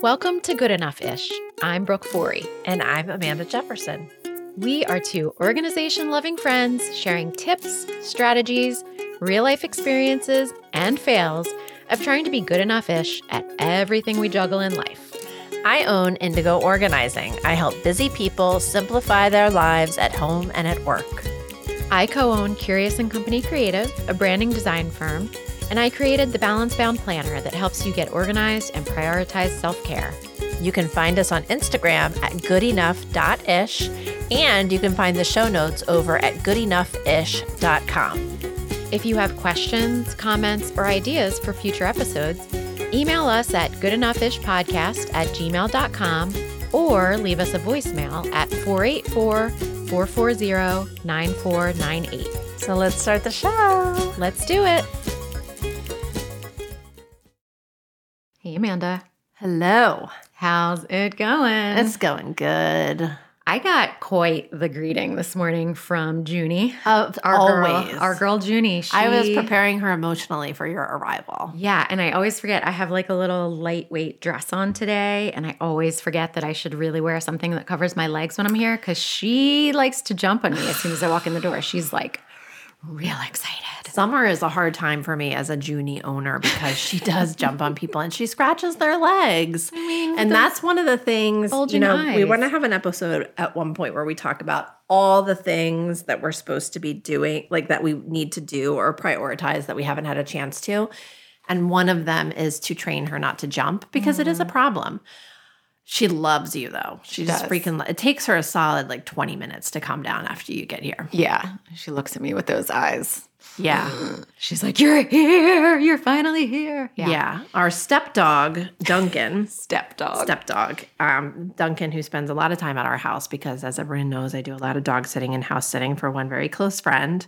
Welcome to Good Enough Ish. I'm Brooke Forey. And I'm Amanda Jefferson. We are two organization loving friends sharing tips, strategies, real life experiences, and fails of trying to be good enough ish at everything we juggle in life. I own Indigo Organizing. I help busy people simplify their lives at home and at work. I co own Curious and Company Creative, a branding design firm, and I created the Balance Bound Planner that helps you get organized and prioritize self care. You can find us on Instagram at goodenough.ish, and you can find the show notes over at goodenoughish.com. If you have questions, comments, or ideas for future episodenoughishpodcast email us at goodenoughishpodcast at gmail.com or leave us a voicemail at 484 440 9498. So let's start the show. Let's do it. Hey, Amanda. Hello. How's it going? It's going good. I got quite the greeting this morning from Junie. Of Uh, Our always. girl, our girl Junie. I was She- preparing her emotionally for your arrival. Yeah, and I always forget I have like a little lightweight dress on today, and I always forget that I should really wear something that covers my legs when I'm here because she likes to jump on me as soon as I walk in the door. She's like real excited. Summer is a hard time for me as a Junie owner because she does jump on people and she scratches their legs. and that's one of the things, you bulging know, we eyes. want to have an episode at one point where we talk about all the things that we're supposed to be doing, like that we need to do or prioritize that we haven't had a chance to. And one of them is to train her not to jump because it is a problem. She loves you though. She, just does. freaking lo- it takes her a solid like 20 minutes to calm down after you get here. Yeah. She looks at me with those eyes. Yeah. She's like, You're here. You're finally here. yeah. Our stepdog, Duncan. Stepdog. stepdog, um, Duncan, who spends a lot of time at our house because, as everyone knows, I do a lot of dog sitting and house sitting for one very close friend.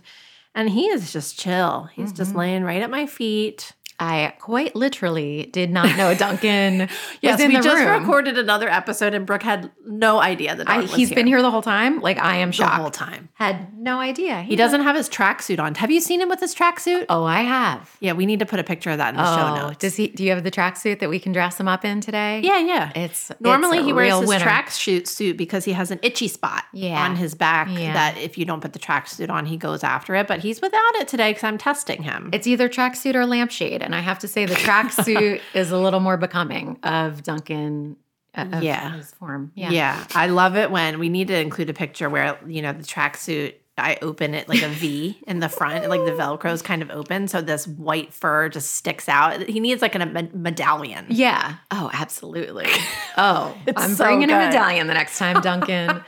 And he is just chill. He's just laying right at my feet. I quite literally did not know Duncan was in we the just room. recorded another episode, and Brooke had no idea that I, dog was he's been here the whole time. Like, I am the shocked. whole time. Had no idea. He doesn't have his tracksuit on. Have you seen him with his tracksuit? Oh, I have. Oh, Yeah, we need to put a picture of that in the show notes. Does he? Do you have the tracksuit that we can dress him up in today? Oh, yeah, yeah. it's Normally, it's a he wears real his winner. tracksuit suit because he has an itchy spot Yeah. on his back Yeah. that if you don't put the tracksuit on, he goes after it. But he's without it today because I'm testing him. It's either tracksuit or lampshade, and I have to say the tracksuit is a little more becoming of Duncan. uh, Of Yeah. his form. yeah. Yeah. I love it when we need to include a picture where, you know, the tracksuit, I open it like a V in the front, like the Velcro is kind of open. So this white fur just sticks out. He needs like a med- medallion. Yeah. Oh, absolutely. Oh, It's I'm so bringing a good. medallion the next time, Duncan.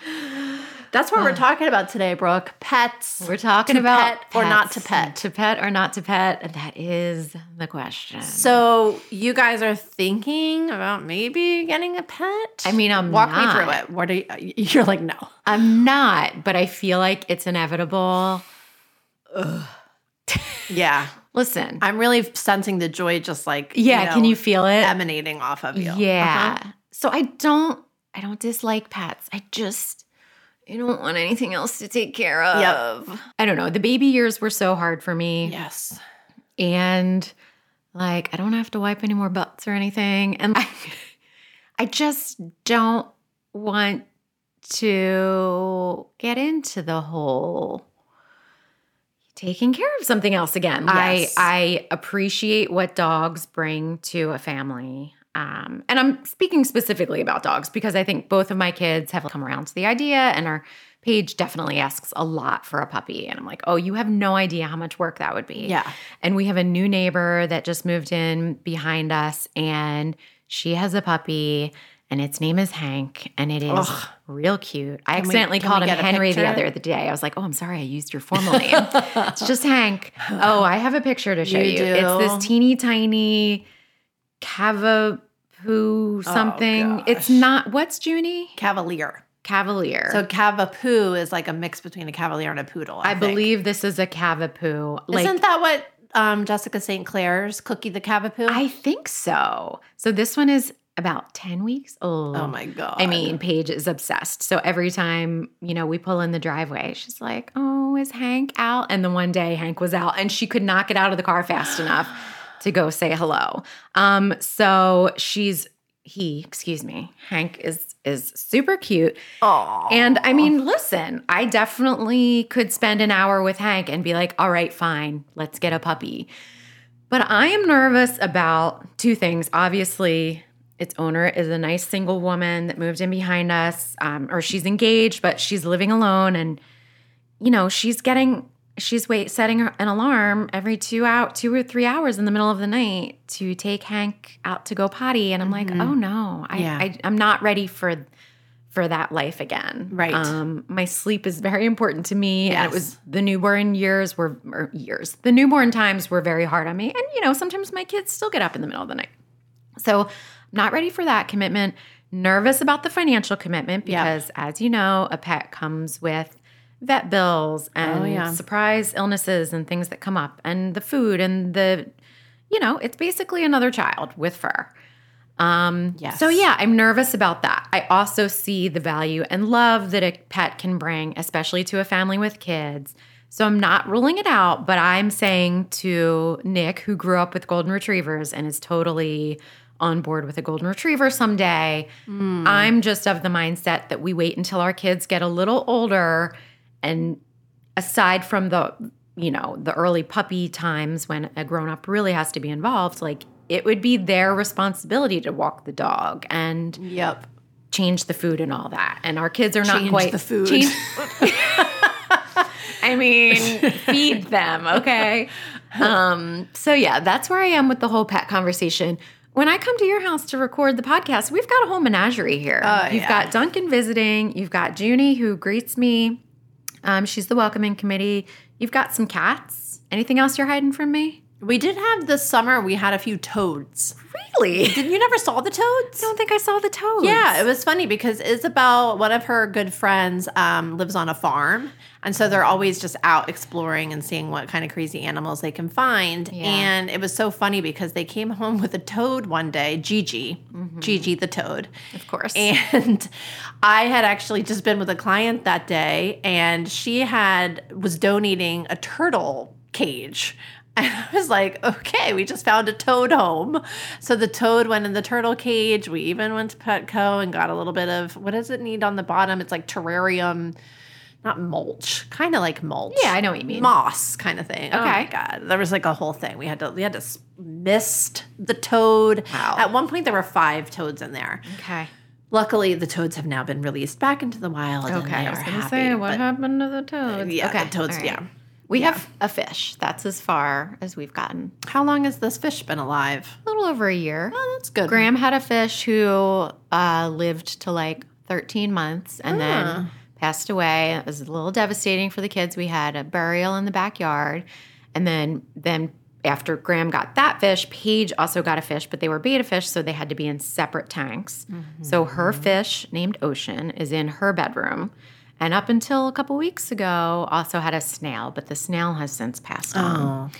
That's what we're talking about today, Brooke. Pets. We're talking To about pet or not pets. to pet. to pet or not to pet. and That is the question. So you guys are thinking about maybe getting a pet? I mean, I'm walk not. me through it. What are you, you're like? No, I'm not, but I feel like it's inevitable. yeah. Listen, I'm really sensing the joy, just like yeah, know, can you feel it? emanating off of you? Uh-huh. Yeah. So I don't I don't dislike pets. I just I don't want anything else to take care Yep. of. I don't know. The baby years were so hard for me. Yes. And like I don't have to wipe any more butts or anything. And I, I just don't want to get into the whole taking care of something else again. Yes. I I appreciate what dogs bring to a family. Um, and I'm speaking specifically about dogs because I think both of my kids have come around to the idea, and our Paige definitely asks a lot for a puppy. And I'm like, oh, you have no idea how much work that would be. Yeah. And we have a new neighbor that just moved in behind us, and she has a puppy, and its name is Hank, and it is Ugh. real cute. I Can we- accidentally can called we him get a Henry the picture? other the day. I was like, oh, I'm sorry, I used your formal name. it's just Hank. Oh, I have a picture to show you. You It's do? this teeny tiny Cavapoo something. it's Oh, gosh. not, what's Junie? Cavalier. Cavalier. So cavapoo is like a mix between a cavalier and a poodle. I I, think. believe this is a Cavapoo. Isn't that what um, Jessica St. Clair's Cookie the Cavapoo? I think so. So this one is about 10 weeks old. oh my god. I mean, Paige is obsessed. So every time, you know, we pull in the driveway, she's like, Oh, is Hank out? And the one day Hank was out and she could not get out of the car fast enough to go say hello. Um, so she's he, excuse me, Hank is is super cute. Oh, And I mean, listen, I definitely could spend an hour with Hank and be like, all right, fine, let's get a puppy. But I am nervous about two things. Obviously, its owner is a nice single woman that moved in behind us, um, or she's engaged, but she's living alone. And, you know, she's getting, she's wait, setting her- an alarm every two out, two or three hours in the middle of the night to take Hank out to go potty. And I'm like, oh no, I, Yeah. I, I'm not ready for for that life again. Right. Um, my sleep is very important to me. And Yes. it was the newborn years were or years. The newborn times were very hard on me. And you know, sometimes my kids still get up in the middle of the night. So I'm not ready for that commitment. Nervous about the financial commitment Yep. because as you know, a pet comes with vet bills and Oh, yeah. surprise illnesses and things that come up and the food and the you know, it's basically another child with fur. yes. So yeah, I'm nervous about that. I also see the value and love that a pet can bring, especially to a family with kids. So I'm not ruling it out, but I'm saying to Nick, who grew up with golden retrievers and is totally on board with a golden retriever someday, I'm just of the mindset that we wait until our kids get a little older and aside from the you know the early puppy times when a grown up really has to be involved like it would be their responsibility to walk the dog and Yep. change the food and all that and our kids are not Change quite the food. change- i mean feed them okay um so yeah that's where i am with the whole pet conversation when i come to your house to record the podcast we've got a whole menagerie here Oh, you've yeah. got duncan visiting you've got junie who greets me um, she's the welcoming committee. You've got some cats. Anything else you're hiding from me? We did have this summer. We had a few toads. Really? I Did you never saw the toads? don't think I saw the toads. Yeah, it was funny because Isabel, one of her good friends, um, lives on a farm. And so they're always just out exploring and seeing what kind of crazy animals they can find. Yeah. And it was so funny because they came home with a toad one day, Gigi, Gigi the toad. of course. And I had actually just been with a client that day, and she had was donating a turtle cage. And I was like, okay, we just found a toad home. So the toad went in the turtle cage. We even went to Petco and got a little bit of what does it need on the bottom? It's like terrarium, not mulch, kind of like mulch. Yeah, I know what you mean. Moss kind of thing. Okay. Okay. God. There was like a whole thing. We had to we had to s- mist the toad. Wow. At one point there were five toads in there. okay. Luckily, the toads have now been released back into the wild. and Okay. they I was are going to happy, say, what but- happened to the toads? Yeah, okay. the toads. all right. Yeah. We have a fish. That's as far as we've gotten. How long has this fish been alive? A little over a year. Oh, that's good. Graham had a fish who uh, lived to like 13 months and then passed away. It was a little devastating for the kids. We had a burial in the backyard, and then then after Graham got that fish, Paige also got a fish, but they were beta fish, so they had to be in separate tanks. Mm-hmm. So her fish, named Ocean, is in her bedroom. And up until a couple weeks ago, also had a snail, but the snail has since passed on. Oh,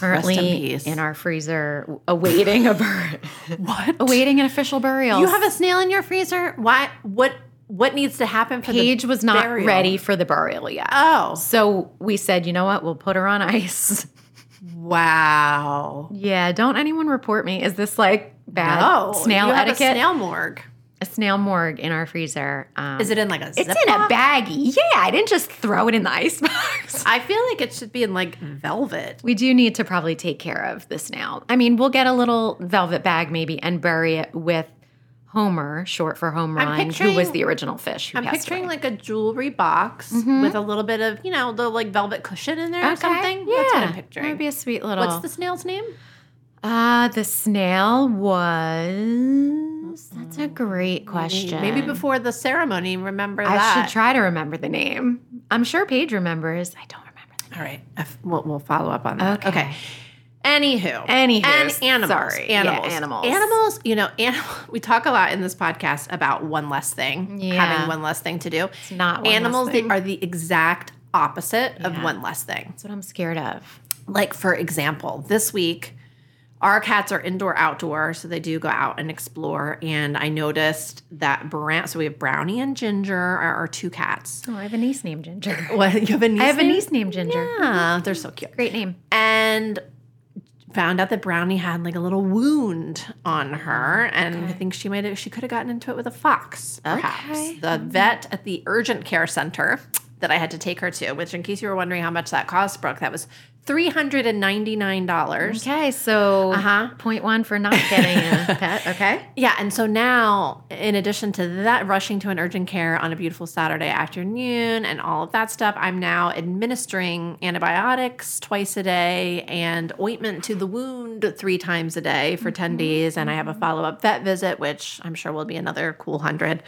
Currently peace. in our freezer, w- awaiting a bur- what? awaiting an official burial. You have a snail in your freezer? Why? What? What needs to happen for Paige the was not burial? ready for the burial yet. Oh, So we said, you know what? We'll put her on ice. wow. yeah, don't anyone report me. Is this like bad No, snail you have etiquette? A snail morgue. A snail morgue in our freezer. Um, Is it in like a? It's in a Ziploc? baggie. Yeah, I didn't just throw it in the ice box. I feel like it should be in like velvet. We do need to probably take care of the snail. I mean, we'll get a little velvet bag maybe and bury it with Homer, short for Home I'm Run, who picturing- was the original fish. Who I'm passed picturing away. like a jewelry box with a little bit of, you know, the like velvet cushion in there or Mm-hmm. Okay, something. Yeah, That's what I'm That picturing. would be a sweet little. What's the snail's name? Uh, the snail was. That's a great question. Maybe before the ceremony, remember I that. should try to remember the name. I'm sure Paige remembers. I don't remember the name. All right. If- We'll, we'll follow up on that. Okay. Okay. Anywho. Anywho, And animals. sorry. Yeah, Animals. animals. Animals, you know, animal, we talk a lot in this podcast about one less thing, Yeah. having one less thing to do. It's not one animals less thing. They are the exact opposite of Yeah. one less thing. That's what I'm scared of. Like, for example, this week, our cats are indoor outdoor, so they do go out and explore. And I noticed that Brown, so we have Brownie and Ginger are our two cats. Oh, I have a niece named Ginger. What you have a niece? Mm-hmm. I have a name? niece named Ginger. Yeah, they're so cute. Great name. And found out that Brownie had like a little wound on her, and I Okay. think she might have, she could have gotten into it with a fox, perhaps. Okay. The vet at the urgent care center that I had to take her to, which, in case you were wondering how much that cost, Brooke, that was three hundred and ninety nine dollars. Okay, so Uh-huh. point one for not getting a pet. Okay. Yeah, and so now, in addition to that, rushing to an urgent care on a beautiful Saturday afternoon and all of that stuff, I'm now administering antibiotics twice a day and ointment to the wound three times a day for Mm-hmm. 10 days. And I have a follow up vet visit, which I'm sure will be another cool hundred.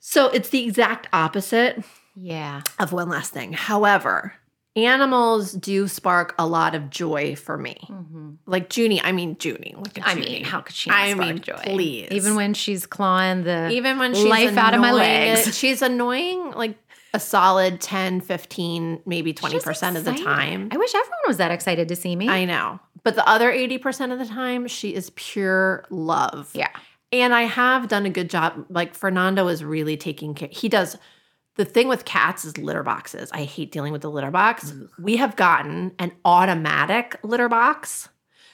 So it's the exact opposite Yeah. of one last thing. However, animals do spark a lot of joy for me. Mm-hmm. Like Junie, I mean, Junie. Look at I Junie. mean, how could she? Not I spark mean, joy? please. Even when she's clawing the. even when she's life out of my annoying, legs. it- she's annoying like a solid 10, 15, maybe 20% of the excited. time. I wish everyone was that excited to see me. I know. But the other 80% of the time, she is pure love. yeah. And I have done a good job. Like Fernando is really taking care. He does the thing with cats is litter boxes. I hate dealing with the litter box. We have gotten an automatic litter box.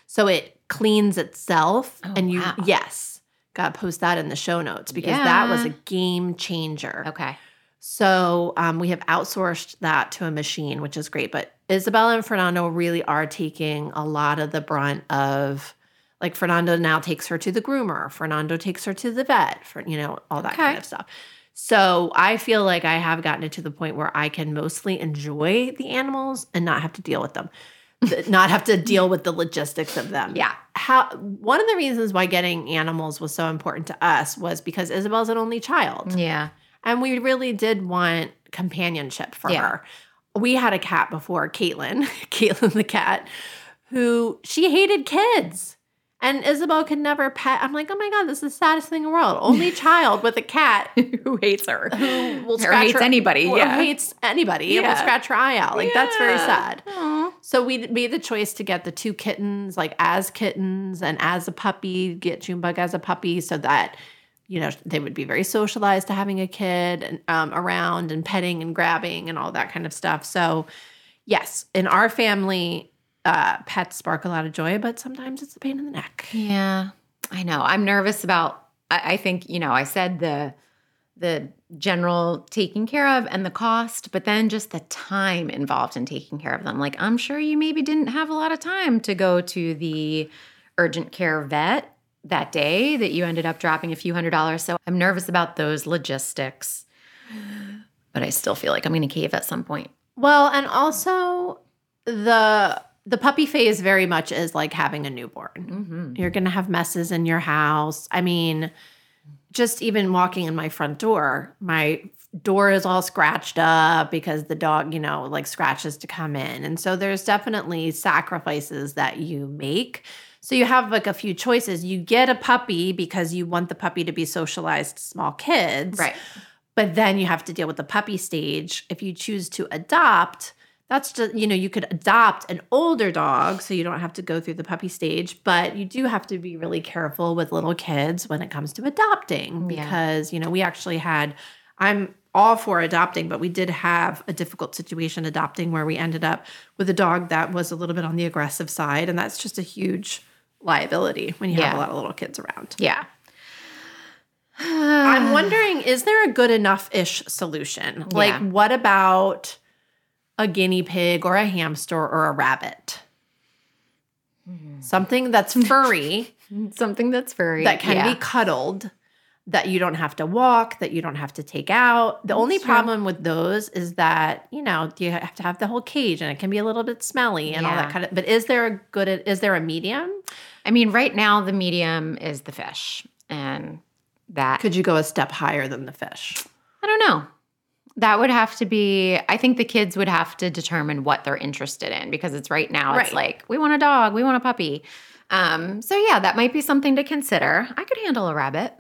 So it cleans itself Oh, and you wow. yes. Gotta post that in the show notes because that was a Yeah. game changer. Okay. So um, we have outsourced that to a machine, which is great. But Isabella and Fernando really are taking a lot of the brunt of like Fernando now takes her to the groomer. Fernando takes her to the vet for you know all that kind Okay. of stuff. So I feel like I have gotten it to the point where I can mostly enjoy the animals and not have to deal with them, Th- not have to deal with the logistics of them Yeah. how one of the reasons why getting animals was so important to us was because Isabel's an only child Yeah. and we really did want companionship for Yeah. her. We had a cat before, Caitlin, Caitlin the cat, who she hated kids. And Isabel could never pet. I'm like, oh my God, this is the saddest thing in the world. Only child with a cat Who hates her? who will Or scratch hates her, anybody. who yeah. hates anybody and will Yeah. scratch her eye out. Like, that's very Yeah. sad. Aw. So we made the choice to get the two kittens, like as kittens and as a puppy, get Junebug as a puppy so that, you know, they would be very socialized to having a kid and, um, around and petting and grabbing and all that kind of stuff. So, yes, in our family, uh, pets spark a lot of joy, but sometimes it's a pain in the neck. Yeah, I know. I'm nervous about. I, I think you know. I said the the general taking care of and the cost, but then just the time involved in taking care of them. Like I'm sure you maybe didn't have a lot of time to go to the urgent care vet that day that you ended up dropping a few hundred dollars. So I'm nervous about those logistics. But I still feel like I'm going to cave at some point. Well, and also the the puppy phase very much is like having a newborn. Mm-hmm. You're going to have messes in your house. I mean, just even walking in my front door, my door is all scratched up because the dog, you know, like scratches to come in. And so there's definitely sacrifices that you make. So you have like a few choices. You get a puppy because you want the puppy to be socialized to small kids. Right. But then you have to deal with the puppy stage. If you choose to adopt, that's just, you know, you could adopt an older dog so you don't have to go through the puppy stage, but you do have to be really careful with little kids when it comes to adopting Yeah. because, you know, we actually had, I'm all for adopting, but we did have a difficult situation adopting where we ended up with a dog that was a little bit on the aggressive side. And that's just a huge liability when you have Yeah. a lot of little kids around. Yeah. I'm wondering, is there a good enough ish solution? Like, Yeah. what about a guinea pig or a hamster or a rabbit? Something that's furry, Something that's very that can yeah. be cuddled, that you don't have to walk, that you don't have to take out. The only true. problem with those is that, you know, you have to have the whole cage and it can be a little bit smelly and all that Yeah. kind of but is there a good is there a medium? I mean, right now the medium is the fish, and that Could you go a step higher than the fish? I don't know. That would have to be. I think the kids would have to determine what they're interested in because it's right now. Right. It's like we want a dog, we want a puppy. Um, so yeah, that might be something to consider. I could handle a rabbit,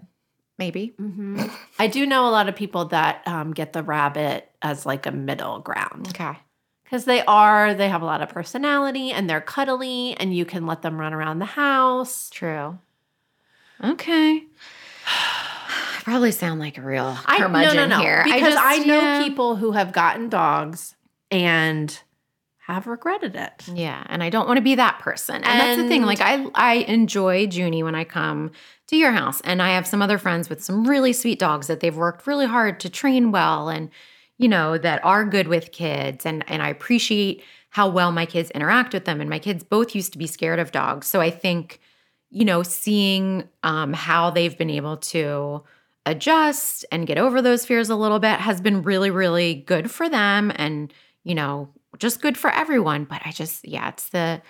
maybe. Mhm. I do know a lot of people that um, get the rabbit as like a middle ground Okay. because they are, they have a lot of personality and they're cuddly and you can let them run around the house. True. Okay. I probably sound like a real I curmudgeon here. Because I, just- know yeah. people who have gotten dogs and have regretted it. Yeah, and I don't want to be that person. And, that's the thing. And- Like I I enjoy Junie when I come to your house and I have some other friends with some really sweet dogs that they've worked really hard to train well and you know that are good with kids and and I appreciate how well my kids interact with them and my kids both used to be scared of dogs. So I think you know seeing um how they've been able to adjust and get over those fears a little bit has been really really good for them and you know just good for everyone but i just yeah it's the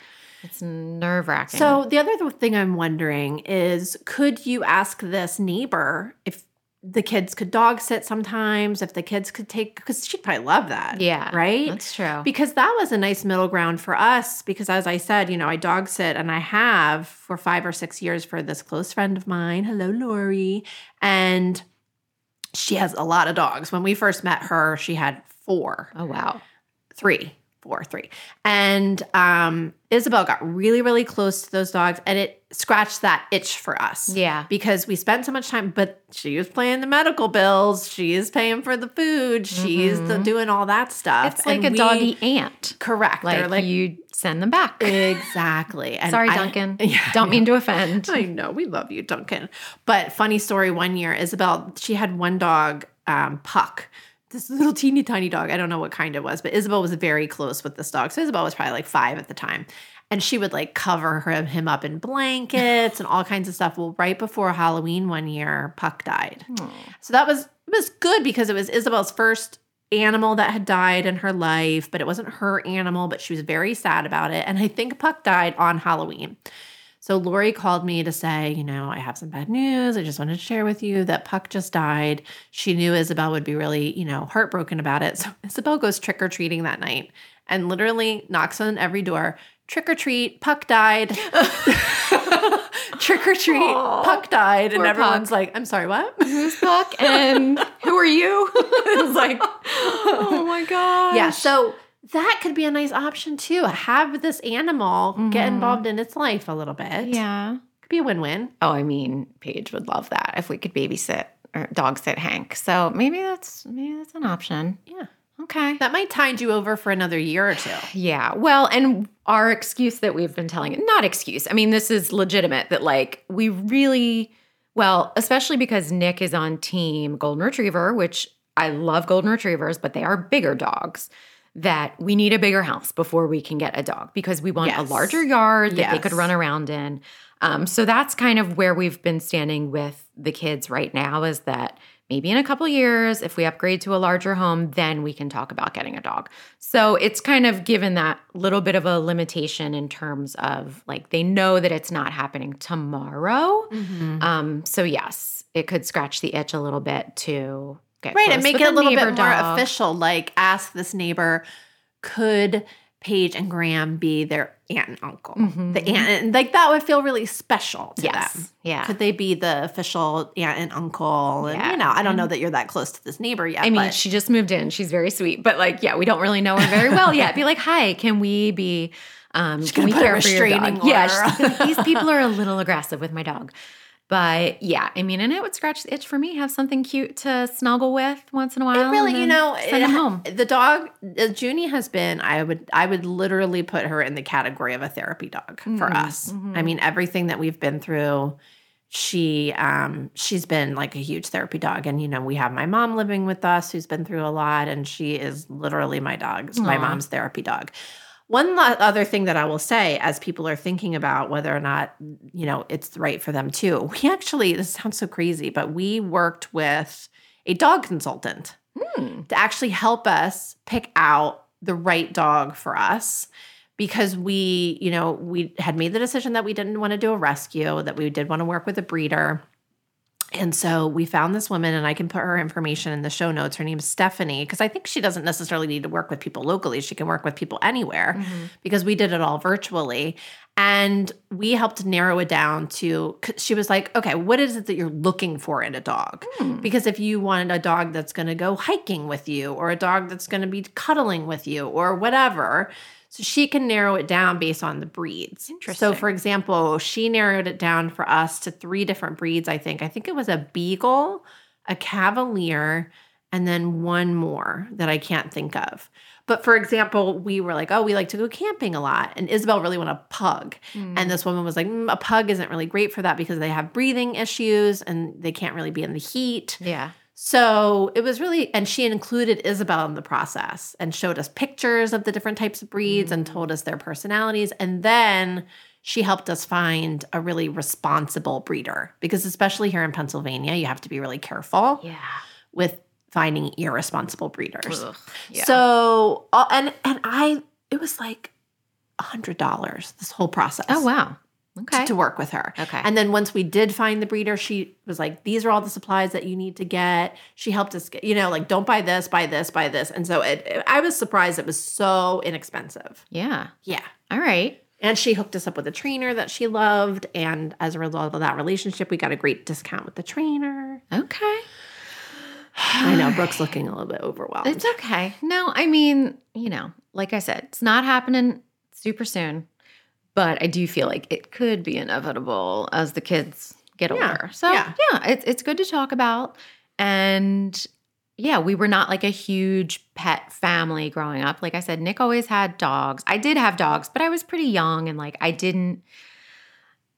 it's nerve wracking So the other th- thing I'm wondering is could you ask this neighbor if the kids could dog sit sometimes, if the kids could take because she'd probably love that. yeah Right? that's true Because that was a nice middle ground for us. Because as I said, you know, I dog sit and I have for five or six years for this close friend of mine. Hello, Lori. And she has a lot of dogs. When we first met her, she had four oh wow three, four, three. And um, Isabel got really, really close to those dogs and it scratched that itch for us. yeah Because we spent so much time, but she was paying the medical bills, she is paying for the food, she's the, Mhm. doing all that stuff. it's like And a we- doggy ant Correct. They're like, you send them back exactly. And sorry I- duncan Yeah, don't mean to offend I know we love you, Duncan. But funny story. One year, Isabel, she had one dog, um, Puck. This little teeny tiny dog. I don't know what kind it was, but Isabel was very close with this dog. So Isabel was probably like five at the time. And she would like cover her, him up in blankets and all kinds of stuff. Well, right before Halloween one year, Puck died. Aw. So that was it was good because it was Isabel's first animal that had died in her life, but it wasn't her animal, but she was very sad about it. And I think Puck died on Halloween. So Lori called me to say, you know, I have some bad news. I just wanted to share with you that Puck just died. She knew Isabel would be really, you know, heartbroken about it. So Isabel goes trick or treating that night and literally knocks on every door. Trick or treat, Puck died. trick or treat, Aw, Puck died. And poor everyone's like, I'm sorry, what? who's puck and who are you It was like, oh my god yeah. So that could be a nice option too. Have this animal get Mhm. involved in its life a little bit. yeah Could be a win win. oh i mean paige would love that if we could babysit or dog sit hank so maybe that's maybe that's an option Yeah. okay That might tide you over for another year or two. Yeah. Well, and our excuse that we've been telling not excuse. I mean, this is legitimate that like we really well, especially because Nick is on team golden retriever, which I love golden retrievers, but they are bigger dogs. That we need a bigger house before we can get a dog because we want Yes. a larger yard that they Yes. could run around in. Um, so that's kind of where we've been standing with the kids right now is that maybe in a couple years, if we upgrade to a larger home, then we can talk about getting a dog. So it's kind of given that little bit of a limitation in terms of like they know that it's not happening tomorrow. Mm-hmm. Um, so yes, it could scratch the itch a little bit to get Right. close And make with it a the little bit neighbor more dog. official. Like ask this neighbor, could Paige and Graham be their aunt and uncle? Mhm. The aunt and like that would feel really special to Yes. them. Yeah. Could they be the official aunt and uncle? And Yeah. Mm-hmm. you know, I don't know that you're that close to this neighbor yet. I mean, but- she just moved in. She's very sweet, but like, yeah, we don't really know her very well yet. Be like, hi, can we be? Um, can gonna we put a care for your restraining dog? Yeah, order she's gonna be like, these people are a little aggressive with my dog. But yeah, I mean, and it would scratch the itch for me. Have something cute to snuggle with once in a while. It really, and you then know, send it- them home. the dog uh, Junie has been. I would, I would literally put her in the category of a therapy dog for Mhm, us. I mhm. mean, everything that we've been through, she, um, she's been like a huge therapy dog. And you know, we have my mom living with us, who's been through a lot, and she is literally my dog's, my Aw. mom's therapy dog. One la- other thing that I will say, as people are thinking about whether or not you know it's right for them too, we actually this sounds so crazy, but we worked with a dog consultant Hmm. to actually help us pick out the right dog for us because we, you know, we had made the decision that we didn't want to do a rescue, that we did want to work with a breeder. And so we found this woman, and I can put her information in the show notes. Her name's Stephanie, because I think she doesn't necessarily need to work with people locally. She can work with people anywhere Mhm. because we did it all virtually. And we helped narrow it down to, 'cause she was like, okay, what is it that you're looking for in a dog? Hmm. Because if you wanted a dog that's going to go hiking with you, or a dog that's going to be cuddling with you, or whatever, so she can narrow it down based on the breeds. Interesting. So, for example, she narrowed it down for us to three different breeds, I think. I think it was a beagle, a cavalier, and then one more that I can't think of. But for example, we were like, oh, we like to go camping a lot. And Isabel really wanted a pug. Mm-hmm. And this woman was like, mm, a pug isn't really great for that because they have breathing issues and they can't really be in the heat. yeah. So it was really, and she included Isabel in the process and showed us pictures of the different types of breeds and Mm. told us their personalities. And then she helped us find a really responsible breeder because, especially here in Pennsylvania, you have to be really careful Yeah. with finding irresponsible breeders. Ugh, yeah. So, uh, and and I, it was like a hundred dollars this whole process. oh wow. to- Okay. to work with her. okay. And then once we did find the breeder, she was like, "These are all the supplies that you need to get." She helped us get, you know, like, "Don't buy this, buy this, buy this." And so it, it- I was surprised it was so inexpensive. yeah. Yeah. All right. And she hooked us up with a trainer that she loved, and as a result of that relationship, we got a great discount with the trainer. Okay. I know Brooke's looking a little bit overwhelmed. It's okay. No, I mean, you know, like I said, it's not happening super soon, but I do feel like it could be inevitable as the kids get Yeah. older. So Yeah. yeah, it's it's good to talk about. And yeah, we were not like a huge pet family growing up. Like I said, Nick always had dogs. I did have dogs, but I was pretty young and like I didn't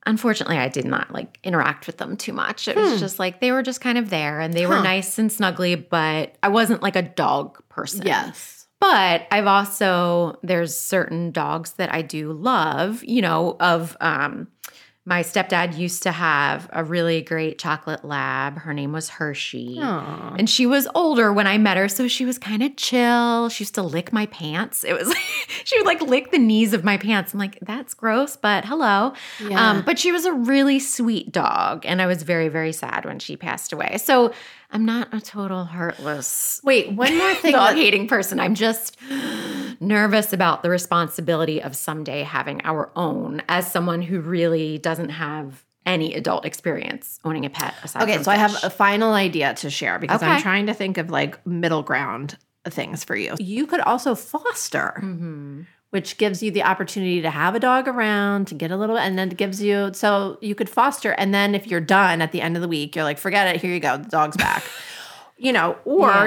unfortunately i did not like interact with them too much it Hmm. was just like they were just kind of there and they Huh. were nice and snuggly but i wasn't like a dog person yes. but i've also there's certain dogs that i do love you know of um my stepdad used to have a really great chocolate lab her name was hershey Aw. and she was older when I met her, so she was kind of chill. She used to lick my pants. It was she would like lick the knees of my pants. I'm like, that's gross, but hello. Yeah. Um, but she was a really sweet dog, and I was very, very sad when she passed away. So I'm not a total heartless Wait, one more thing. dog that- hating person. I'm just nervous about the responsibility of someday having our own as someone who really doesn't have any adult experience owning a pet aside Okay, from so I have fish. a final idea to share because I'm Okay. trying to think of like middle ground things for you. You could also foster, Mhm. which gives you the opportunity to have a dog around, to get a little, and then it gives you, so you could foster. And then if you're done at the end of the week, you're like, forget it, here you go, the dog's back. you know, or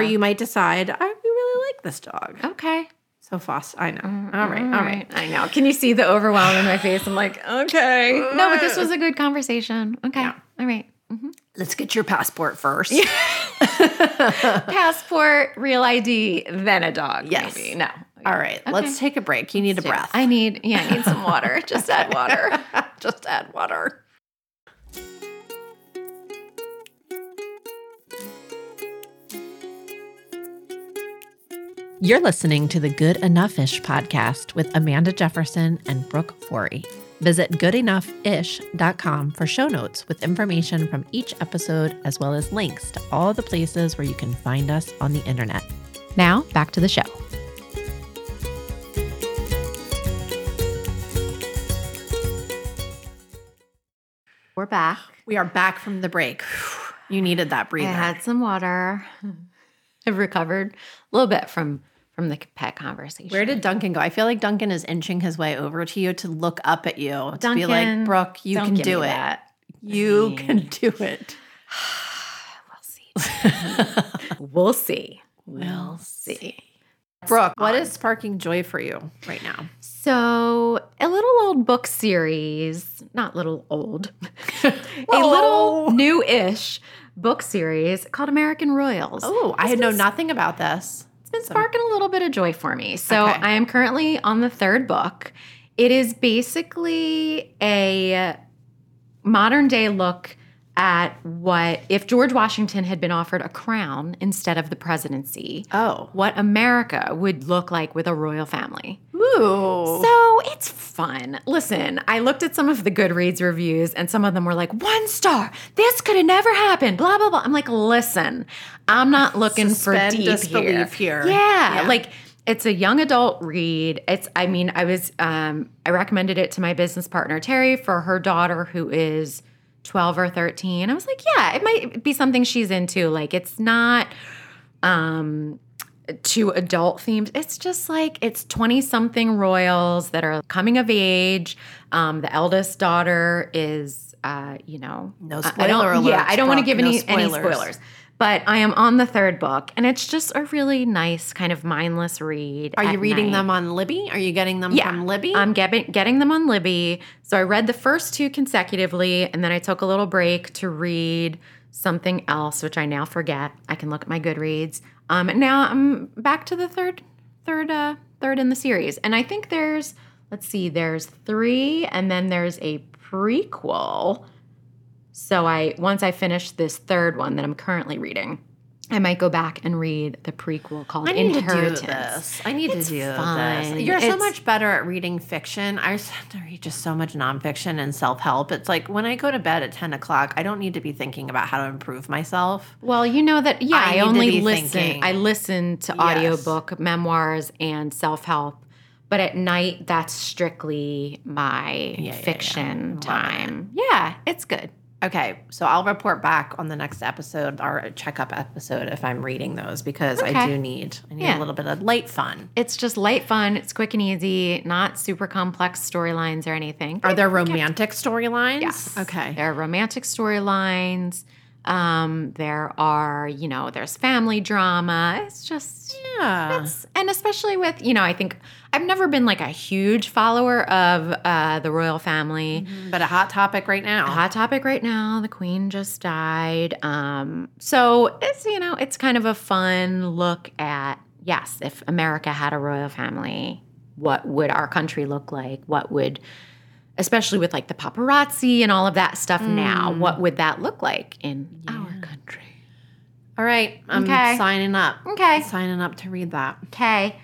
Yeah. you might decide, I really like this dog. Okay. So foster, I know. Mm, All right, all right. I know. Can you see the overwhelm in my face? I'm like, okay. No, but this was a good conversation. Okay. Yeah. All right. Let's get your passport first. Passport, real ID, then a dog. Yes. Maybe. No. All right, let's take a break. You need a breath. I need, yeah, I need some water. Just add water. Just add water. You're listening to the Good Enough-ish podcast with Amanda Jefferson and Brooke Forey. Visit goodenoughish.com for show notes with information from each episode as well as links to all the places where you can find us on the internet. Now, back to the show. We're back. We are back from the break. You needed that breather. I had some water. I've recovered a little bit from from the pet conversation. Where did Duncan go? I feel like Duncan is inching his way over to you to look up at you to be like, Duncan, Brooke, you Don't can give me do it. that. You mean- can do it. We'll see. we'll see. We'll see. Brooke, what is sparking joy for you right now? So, a little old book series, not little old, a Whoa. little new ish book series called American Royals. Oh, I know nothing about this. It's been sparking a little bit of joy for me. So Okay. I am currently on the third book. It is basically a modern day look at what if George Washington had been offered a crown instead of the presidency, Oh. what America would look like with a royal family. Ooh. So it's fun. Listen, I looked at some of the Goodreads reviews and some of them were like, one star, this could have never happened, blah, blah, blah. I'm like, listen, I'm not looking Suspend for deep disbelief here. Yeah, Yeah. Like it's a young adult read. It's I mean, I was um I recommended it to my business partner Terry for her daughter who is 12 or 13. I was like, yeah, it might be something she's into. Like it's not um to adult themed. It's just like it's 20 something royals that are coming of age. Um, the eldest daughter is, uh, you know, No I- I don't- spoiler Yeah, alerts, I don't want to Brooke, give no any, any spoilers. spoilers. But I am on the third book, and it's just a really nice kind of mindless read. Are at you reading night. them on Libby? Are you getting them Yeah. from Libby? I'm getting getting them on Libby. So I read the first two consecutively, and then I took a little break to read something else, which I now forget. I can look at my Goodreads. Um, and now I'm back to the third, third, uh, third in the series, and I think there's let's see, there's three, and then there's a prequel. So I once I finish this third one that I'm currently reading, I might go back and read the prequel called I need to do Inheritance. this. I need It's to do fun. this. You're so It's- much better at reading fiction. I just have to read just so much nonfiction and self help. It's like when I go to bed at ten o'clock, I don't need to be thinking about how to improve myself. Well, you know that yeah, I need I, to be only listen thinking. I listen to Yes. audiobook, memoirs and self-help. But at night that's strictly my yeah, yeah. fiction Love time. Yeah, it's good. Okay, so I'll report back on the next episode, our checkup episode, if I'm reading those because I Okay. do need I need Yeah. a little bit of light fun. It's just light fun, it's quick and easy, not super complex storylines or anything. Are there romantic storylines? Yes. Okay. There are romantic storylines. Um, there are, you know, there's family drama. It's just yeah. That's- and especially with you know i think i've never been like a huge follower of uh, the royal family But a hot topic right now. hot topic right now the queen just died um, so it's you know it's kind of a fun look at yes if america had a royal family what would our country look like what would especially with like the paparazzi and all of that stuff now what would that look like in our country All right. I'm Okay. signing up. okay Signing up to read that. Okay.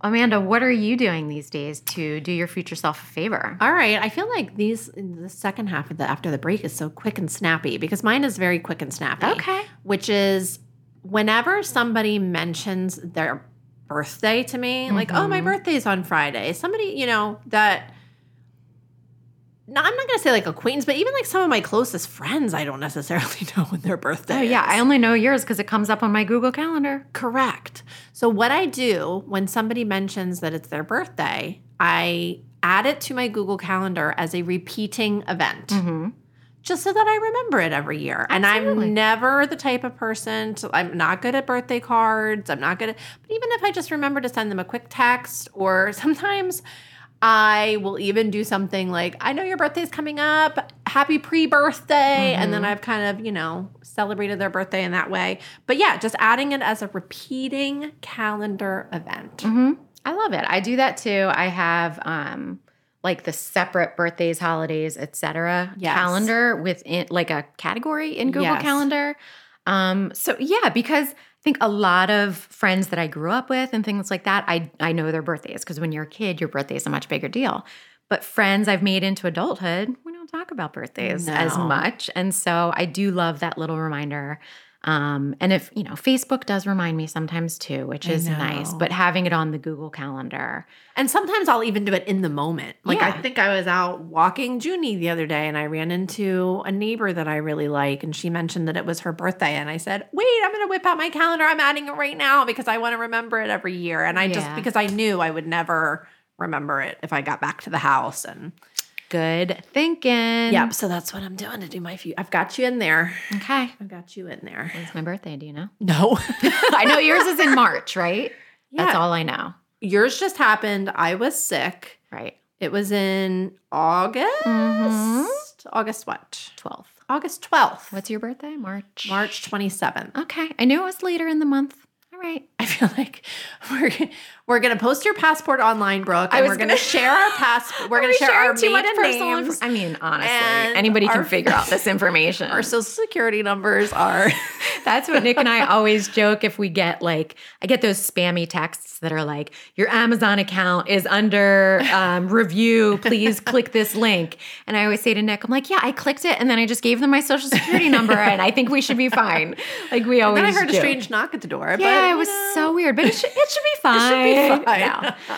Amanda, what are you doing these days to do your future self a favor? All right. I feel like these the second half of the after the break is so quick and snappy because mine is very quick and snappy. Okay. Which is whenever somebody mentions their birthday to me, like, oh, my Mhm. birthday's on Friday. Somebody, you know, that no, I'm not gonna say like acquaintance, but even like some of my closest friends, I don't necessarily know when their birthday. Oh, yeah. is. I only know yours because it comes up on my Google Calendar. Correct. So what I do when somebody mentions that it's their birthday, I add it to my Google Calendar as a repeating event. Mm-hmm. Just so that I remember it every year. And Absolutely. I'm never the type of person to, I'm not good at birthday cards. I'm not good at, but even if I just remember to send them a quick text, or sometimes I will even do something like, I know your birthday's coming up. Happy pre birthday. And then Mhm. I've kind of, you know, celebrated their birthday in that way. But yeah, just adding it as a repeating calendar event. Mm-hmm. I love it. I do that too. I have um, like the separate birthdays, holidays, etc. Yes. calendar within like a category in Google Yes. Calendar. Um, so yeah, because I think a lot of friends that I grew up with and things like that, I I know their birthdays because when you're a kid, your birthday is a much bigger deal. But friends I've made into adulthood, we don't talk about birthdays as No. much, and so I do love that little reminder. Um, and if you know, Facebook does remind me sometimes too, which I is nice. know. But having it on the Google Calendar, And sometimes I'll even do it in the moment. Like I Yeah. think I was out walking Junie the other day and I ran into a neighbor that I really like and she mentioned that it was her birthday and I said, "Wait, I'm going to whip out my calendar. I'm adding it right now because I want to remember it every year." And I just Yeah. because I knew I would never remember it if I got back to the house and good thinking. Yep, so that's what I'm doing to do my few. I've got you in there. Okay. I've got you in there. When's my birthday? Do you know? No. I know yours is in March, right? That's Yeah. all I know. Yours just happened. I was sick. Right. It was in August. Mm-hmm. Mhm. August what? 12th. August 12th. What's your birthday? March. March 27th. Okay. I knew it was later in the month. All right. I feel like we're we're gonna post your passport online, Brooke, and I was we're gonna, gonna- share our passport. We're Are gonna we share our sharing too much maiden personal names. infor- I mean, honestly, and anybody our- can figure out this information. our social security numbers are. That's what Nick and I always joke if we get like, I get those spammy texts that are like, your Amazon account is under um, review. Please click this link. And I always say to Nick, I'm like, yeah, I clicked it. And then I just gave them my social security number and I think we should be fine. Like we and always then I heard a joke. strange knock at the door. Oh, Yeah, but, it was you know, so weird, but it should, it should be fine. It should be fine.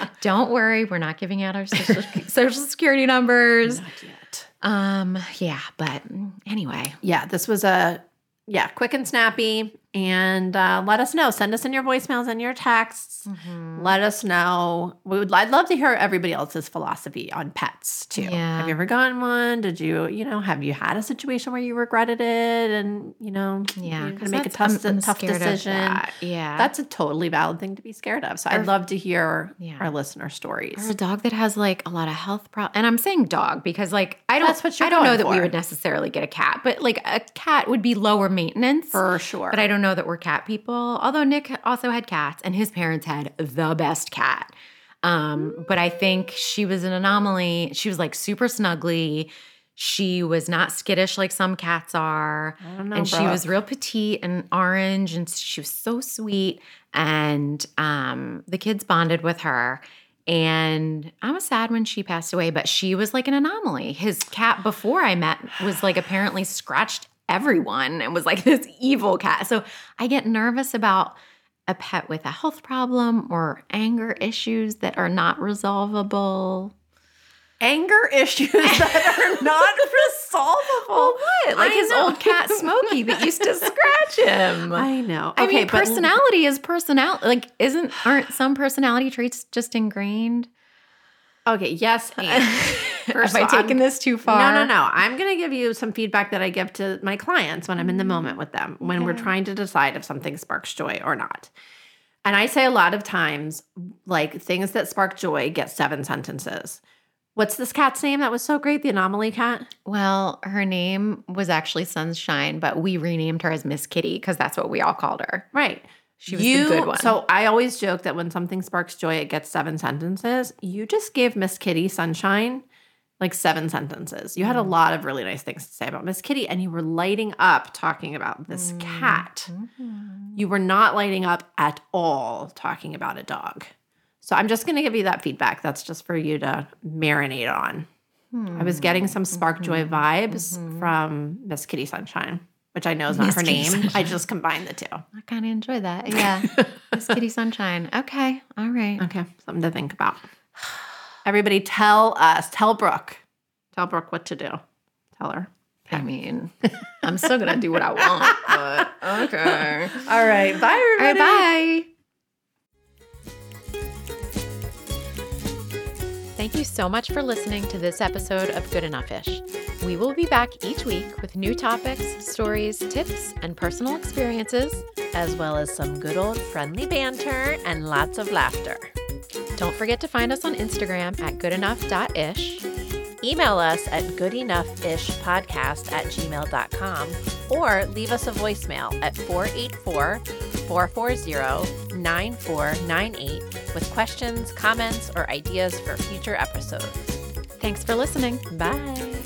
No. Don't worry, we're not giving out our social, social security numbers. Not yet. Um, yeah, but anyway, Yeah, this was a yeah quick and snappy. And uh, let us know. Send us in your voicemails and your texts. Mhm. Let us know. We would. I'd love to hear everybody else's philosophy on pets too. Yeah. Have you ever gotten one? Did you, you know, have you had a situation where you regretted it and you know, Yeah, you had to 'cause make a that's- tough, I'm- I'm tough scared of decision? that. Yeah, That's a totally valid thing to be scared of. So Or- I'd love to hear Yeah. our listener stories. or a dog that has like a lot of health problems. And I'm saying dog because like I don't That's what you're I don't know going that we for. would necessarily get a cat, but like a cat would be lower maintenance. for sure. but I don't know that we're cat people. Although Nick also had cats and his parents had the best cat. Um, but I think she was an anomaly. She was like super snuggly. She was not skittish like some cats are. I don't know. and she was Brooke. real petite and orange and she was so sweet and um, the kids bonded with her and i was sad when she passed away but she was like an anomaly his cat before i met was like apparently scratched everyone and was like this evil cat so i get nervous about a pet with a health problem or anger issues that are not resolvable anger issues that are not resolvable. what like I his know. old cat smokey that used to scratch him I know. I mean, but- personality is personality. Like, isn't aren't some personality traits just ingrained? Okay. Yes. And. First Am I of all, taking this too far? No, no, no. I'm going to give you some feedback that I give to my clients when I'm in the moment with them, when we're Mm. Okay. trying to decide if something sparks joy or not. And I say a lot of times, like things that spark joy get seven sentences. What's this cat's name that was so great? The anomaly cat? Well, her name was actually Sunshine, but we renamed her as Miss Kitty because that's what we all called her. Right. She was the good one. So I always joke that when something sparks joy, it gets seven sentences. You just gave Miss Kitty sunshine like seven sentences. You had Mm. a lot of really nice things to say about Miss Kitty, and you were lighting up talking about Mm. this cat. Hmm. You were not lighting up at all talking about a dog. So I'm just going to give you that feedback. That's just for you to marinate on. I Mm-hmm. was getting some Hmm. spark joy vibes from Miss Kitty Sunshine, which I know is not Miss her Kitty name. I Sunshine. just combined the two. I kind of enjoy that. Yeah, Miss Kitty Sunshine. Okay, all right. Okay, something to think about. Everybody, tell us, tell Brooke, tell Brooke what to do. Tell her. I mean, I'm still gonna do what I want. But okay. All right. Bye, All right. everybody. Bye. Thank you so much for listening to this episode of Good Enough Ish. We will be back each week with new topics, stories, tips, and personal experiences. As well as some good old friendly banter and lots of laughter. Don't forget to find us on Instagram at goodenoughh.ish. Email us at goodenoughishpodcast at gmail.com or leave us a voicemail at 484 440 9498 with questions, comments, or ideas for future episodes. Thanks for listening. Bye.